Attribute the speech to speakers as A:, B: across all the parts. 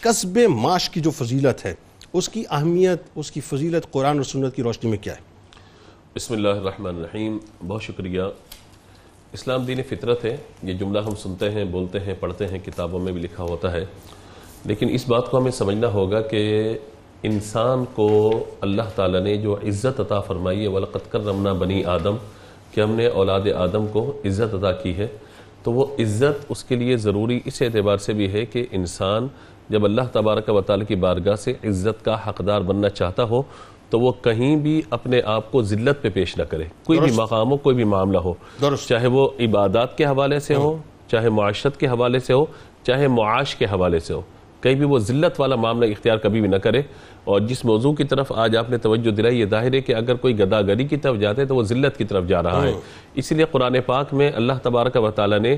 A: قصب معاش کی جو فضیلت ہے اس کی اہمیت اس کی فضیلت قرآن اور سنت کی روشنی میں کیا ہے
B: بسم اللہ الرحمن الرحیم بہت شکریہ اسلام دین فطرت ہے یہ جملہ ہم سنتے ہیں بولتے ہیں پڑھتے ہیں کتابوں میں بھی لکھا ہوتا ہے لیکن اس بات کو ہمیں سمجھنا ہوگا کہ انسان کو اللہ تعالیٰ نے جو عزت عطا فرمائی ہے ولقت کر رمنا بنی آدم کہ ہم نے اولاد آدم کو عزت عطا کی ہے تو وہ عزت اس کے لیے ضروری اس اعتبار سے بھی ہے کہ انسان جب اللہ تبارک و تعالیٰ کی بارگاہ سے عزت کا حقدار بننا چاہتا ہو تو وہ کہیں بھی اپنے آپ کو ذلت پہ پیش نہ کرے کوئی بھی مقام ہو کوئی بھی معاملہ ہو
A: درست
B: چاہے وہ عبادات کے حوالے سے ہو چاہے معاشرت کے حوالے سے ہو چاہے معاش کے حوالے سے ہو کہیں بھی وہ ذلت والا معاملہ اختیار کبھی بھی نہ کرے اور جس موضوع کی طرف آج آپ نے توجہ دلائی یہ ظاہر ہے کہ اگر کوئی گداگری کی طرف جاتے تو وہ ذلت کی طرف جا رہا ہے اسی لیے قرآن پاک میں اللہ تبارک و تعالیٰ نے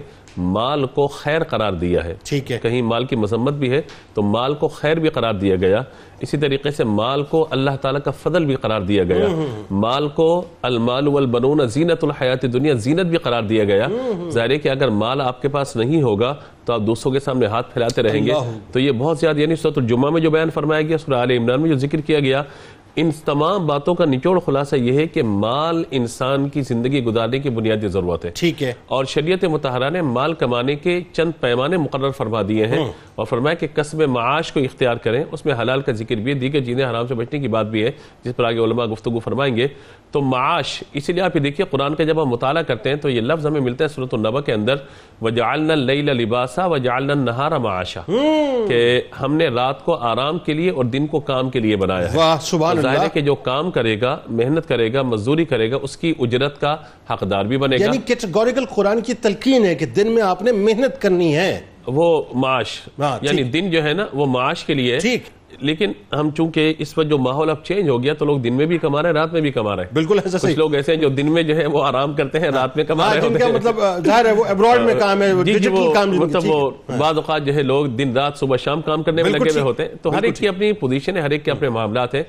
B: مال کو خیر قرار دیا ہے
A: ٹھیک ہے
B: کہیں مال کی مذمت بھی ہے تو مال کو خیر بھی قرار دیا گیا اسی طریقے سے مال کو اللہ تعالیٰ کا فضل بھی قرار دیا گیا مال کو المال والبنون زینت الحیات دنیا زینت بھی قرار دیا گیا ظاہر ہے کہ اگر مال آپ کے پاس نہیں ہوگا تو آپ دوسروں کے سامنے ہاتھ پھیلاتے رہیں گے تو یہ بہت زیادہ یعنی سورۃ الجمعہ میں جو بیان فرمایا گیا سورہ آل عمران میں جو ذکر کیا گیا ان تمام باتوں کا نچوڑ خلاصہ یہ ہے کہ مال انسان کی زندگی گزارنے کی بنیادی ضرورت ہے
A: ٹھیک ہے
B: اور شریعت متحرہ نے مال کمانے کے چند پیمانے مقرر فرما دیے ہیں اور فرمایا کہ قصب معاش کو اختیار کریں اس میں حلال کا ذکر بھی ہے دیگر چیزیں حرام سے بچنے کی بات بھی ہے جس پر آگے علماء گفتگو فرمائیں گے تو معاش اسی لیے آپ یہ دیکھیے قرآن کا جب ہم مطالعہ کرتے ہیں تو یہ لفظ ہمیں ملتا ہے صورت النبا کے اندر وجعلنا اللیل لباسا وجعلنا النہار معاشا کہ ہم نے رات کو آرام کے لیے اور دن کو کام کے لیے بنایا ہے
A: واہ سبحان
B: ظاہر ہے
A: اللہ
B: کہ جو کام کرے گا محنت کرے گا مزدوری کرے گا اس کی اجرت کا حقدار بھی بنے گا
A: یعنی کیٹیگوریکل قرآن کی تلقین ہے کہ دن میں آپ نے محنت کرنی ہے
B: وہ معاش
A: ہاں،
B: یعنی دن جو ہے نا وہ معاش کے لیے ہے
A: ٹھیک
B: لیکن ہم چونکہ اس وقت جو ماحول اب چینج ہو گیا تو لوگ دن میں بھی کما رہے ہیں رات میں بھی کما رہے ہیں
A: بالکل ایسا
B: کچھ
A: صحیح
B: لوگ ایسے ہیں جو دن میں جو ہے وہ آرام کرتے ہیں رات میں کما
A: ہاں
B: رہے
A: جن کا
B: ہوتے ہیں
A: مطلب ظاہر ہے وہ ابراڈ میں کام ہے
B: جی جی
A: ڈیجیٹل
B: وہ
A: کام
B: مطلب وہ بعض اوقات جو ہے لوگ دن رات صبح شام کام کرنے میں
A: ہاں۔ بالکل
B: لگے ہوئے
A: ٹھیک،
B: ہوتے ہیں تو ہر ایک کی اپنی پوزیشن ہے ہر ایک کے اپنے معاملات ہیں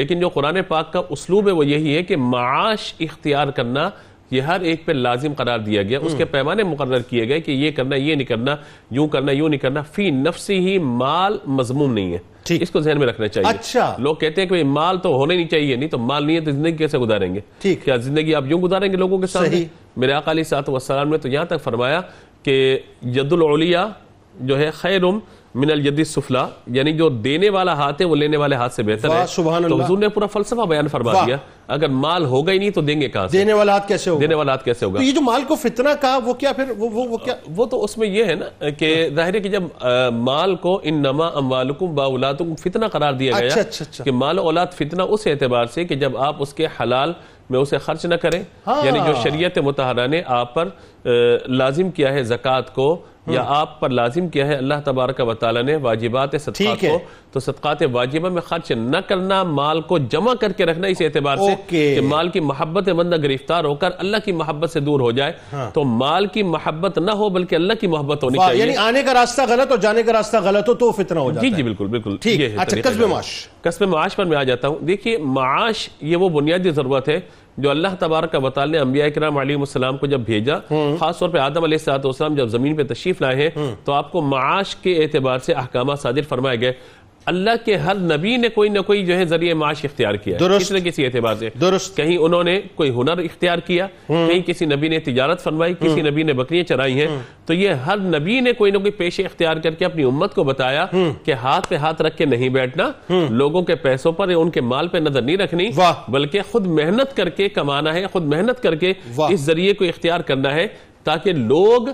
B: لیکن جو قرآن پاک کا اسلوب ہے وہ یہی ہے کہ معاش اختیار کرنا یہ ہر ایک پہ لازم قرار دیا گیا اس کے پیمانے مقرر کیے گئے کہ یہ کرنا یہ نہیں کرنا یوں کرنا یوں نہیں کرنا فی نفسی ہی مال مضموم نہیں ہے اس کو ذہن میں رکھنا
A: اچھا۔
B: چاہیے لوگ کہتے ہیں کہ مال تو ہونا نہیں چاہیے نہیں تو مال نہیں ہے تو زندگی کیسے گزاریں گے کیا زندگی آپ یوں گزاریں گے لوگوں کے سامنے میرے آقا علیہ سات وسلام نے تو یہاں تک فرمایا کہ جد العلیا جو ہے خیر من الید السفلا یعنی جو دینے والا ہاتھ ہے وہ لینے والے ہاتھ سے بہتر
A: واہ،
B: ہے
A: سبحان
B: تو
A: اللہ۔
B: حضور نے پورا فلسفہ بیان فرما
A: واہ۔
B: دیا اگر مال ہوگا ہی نہیں تو دیں گے کہاں سے
A: دینے والا ہاتھ کیسے ہوگا
B: دینے والا ہاتھ کیسے ہوگا
A: تو یہ جو مال کو فتنہ کہا وہ کیا پھر وہ وہ وہ کیا
B: وہ تو اس میں یہ ہے نا کہ ظاہر ہے کہ جب مال کو ان نما اموالکم با اولادکم فتنہ قرار دیا گیا کہ مال اولاد فتنہ اس اعتبار سے کہ جب آپ اس کے حلال میں اسے خرچ نہ کریں یعنی جو شریعت متحرہ نے آپ پر لازم کیا ہے زکوٰۃ کو یا آپ پر لازم کیا ہے اللہ تبارک و تعالی نے واجبات صدقات کو تو صدقات واجبہ میں خرچ نہ کرنا مال کو جمع کر کے رکھنا اس اعتبار سے کہ مال کی محبت میں بندہ گرفتار ہو کر اللہ کی محبت سے دور ہو جائے تو مال کی محبت نہ ہو بلکہ اللہ کی محبت ہونی
A: ہاں۔ واہ،
B: چاہیے
A: یعنی آنے کا راستہ غلط اور جانے کا راستہ غلط ہو تو وہ فتنہ ہو
B: جی
A: جاتا
B: جی
A: ہے
B: بالکل بالکل
A: ٹھیک اچھا قصب معاش
B: قصب معاش پر میں آ جاتا ہوں دیکھیے معاش یہ وہ بنیادی ضرورت ہے جو اللہ تبارک و تعالی نے انبیاء کرام علیہ السلام کو جب بھیجا خاص طور پہ آدم علیہ السلام والسلام جب زمین پہ تشریف لائے ہیں تو آپ کو معاش کے اعتبار سے احکامات صادر فرمائے گئے اللہ کے ہر نبی نے کوئی نہ کوئی جو ہے ذریعہ معاش اختیار کیا ہے کسی نہ کسی اعتبار سے
A: درست
B: کہیں انہوں نے کوئی ہنر اختیار کیا کہیں کسی نبی نے تجارت فرمائی کسی نبی نے بکریاں چرائی ہیں تو یہ ہر نبی نے کوئی نہ کوئی پیشے اختیار کر کے اپنی امت کو بتایا کہ ہاتھ پہ ہاتھ رکھ کے نہیں بیٹھنا لوگوں کے پیسوں پر یا ان کے مال پہ نظر نہیں رکھنی
A: واہ۔
B: بلکہ خود محنت کر کے کمانا ہے خود محنت کر کے
A: واہ۔
B: اس ذریعے کو اختیار کرنا ہے تاکہ لوگ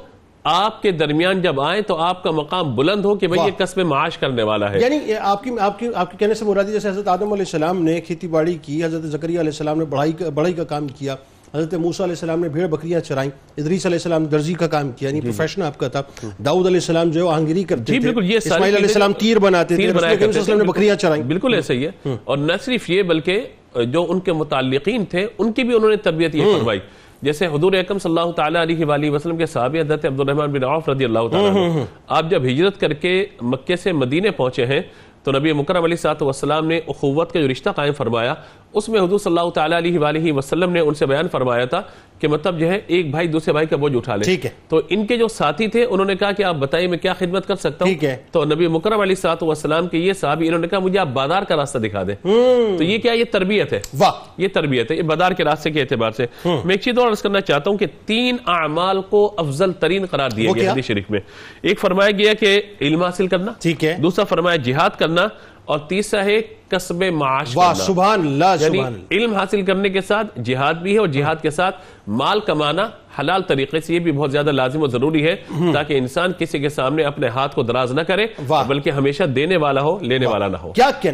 B: آپ کے درمیان جب آئیں تو آپ کا مقام بلند ہو کہ بھئی یہ قصب معاش کرنے والا ہے
A: یعنی یہ آپ کی آپ کی آپ کے کہنے سے مرادی جیسے حضرت آدم علیہ السلام نے کھیتی باڑی کی حضرت زکریہ علیہ السلام نے بڑھائی کا- بڑھائی کا کام کیا حضرت موسیٰ علیہ السلام نے بھیڑ بکریاں چرائیں ادریس علیہ السلام نے درزی کا کام کیا یعنی پروفیشن آپ کا تھا داؤد علیہ السلام جو ہے آہنگری کرتے
B: جی
A: تھے
B: بالکل یہ ساری
A: اسماعیل علیہ
B: چیزیں-
A: السلام تیر بناتے تھے
B: تیر
A: رسول
B: بنایا
A: اکرم صلی اللہ علیہ
B: کرتے
A: وسلم نے
B: تھے۔
A: بکریاں چرائیں
B: بالکل ایسا ہی ہے اور نہ صرف یہ بلکہ جو ان کے متعلقین تھے ان کی بھی انہوں نے تربیت یہ فرمائی جیسے حضور اکرم صلی اللہ تعالیٰ علیہ وآلہ وسلم کے صحابی حضرت عبد الرحمن بن عوف رضی اللہ تعالیٰ عنہ، آپ جب ہجرت کر کے مکے سے مدینے پہنچے ہیں تو نبی مکرم علیہ سات وسلام نے اخوت کا جو رشتہ قائم فرمایا اس میں حضور صلی اللہ تعالیٰ علیہ وآلہ وسلم نے ان سے بیان فرمایا تھا کہ مطلب جو ہے ایک بھائی دوسرے بھائی کا بوجھ اٹھا لے
A: ٹھیک ہے
B: تو ان کے جو ساتھی تھے انہوں نے کہا کہ آپ بتائیے میں کیا خدمت کر سکتا
A: ٹھیک
B: ہوں
A: ہے۔
B: تو نبی مکرم علیہ سات وسلام کے یہ صحابی انہوں نے کہا مجھے آپ بازار کا راستہ دکھا دیں تو یہ کیا یہ تربیت ہے
A: واہ
B: یہ تربیت ہے یہ بدار کے راستے کے اعتبار سے میں ایک چیز اور عرض کرنا چاہتا ہوں کہ تین اعمال کو افضل ترین قرار دیا
A: وہ
B: گیا
A: کیا؟
B: حدیث شریف میں ایک فرمایا گیا کہ علم حاصل کرنا
A: ٹھیک ہے
B: دوسرا فرمایا جہاد کرنا اور تیسرا ہے کسب معاش
A: واہ
B: کرنا
A: سبحان اللہ
B: یعنی
A: سبحان اللہ
B: علم حاصل کرنے کے ساتھ جہاد بھی ہے اور جہاد کے ساتھ مال کمانا حلال طریقے سے یہ بھی بہت زیادہ لازم اور ضروری ہے تاکہ انسان کسی کے سامنے اپنے ہاتھ کو دراز نہ کرے
A: واہ۔
B: بلکہ ہمیشہ دینے والا ہو لینے والا نہ ہو
A: کیا کہنا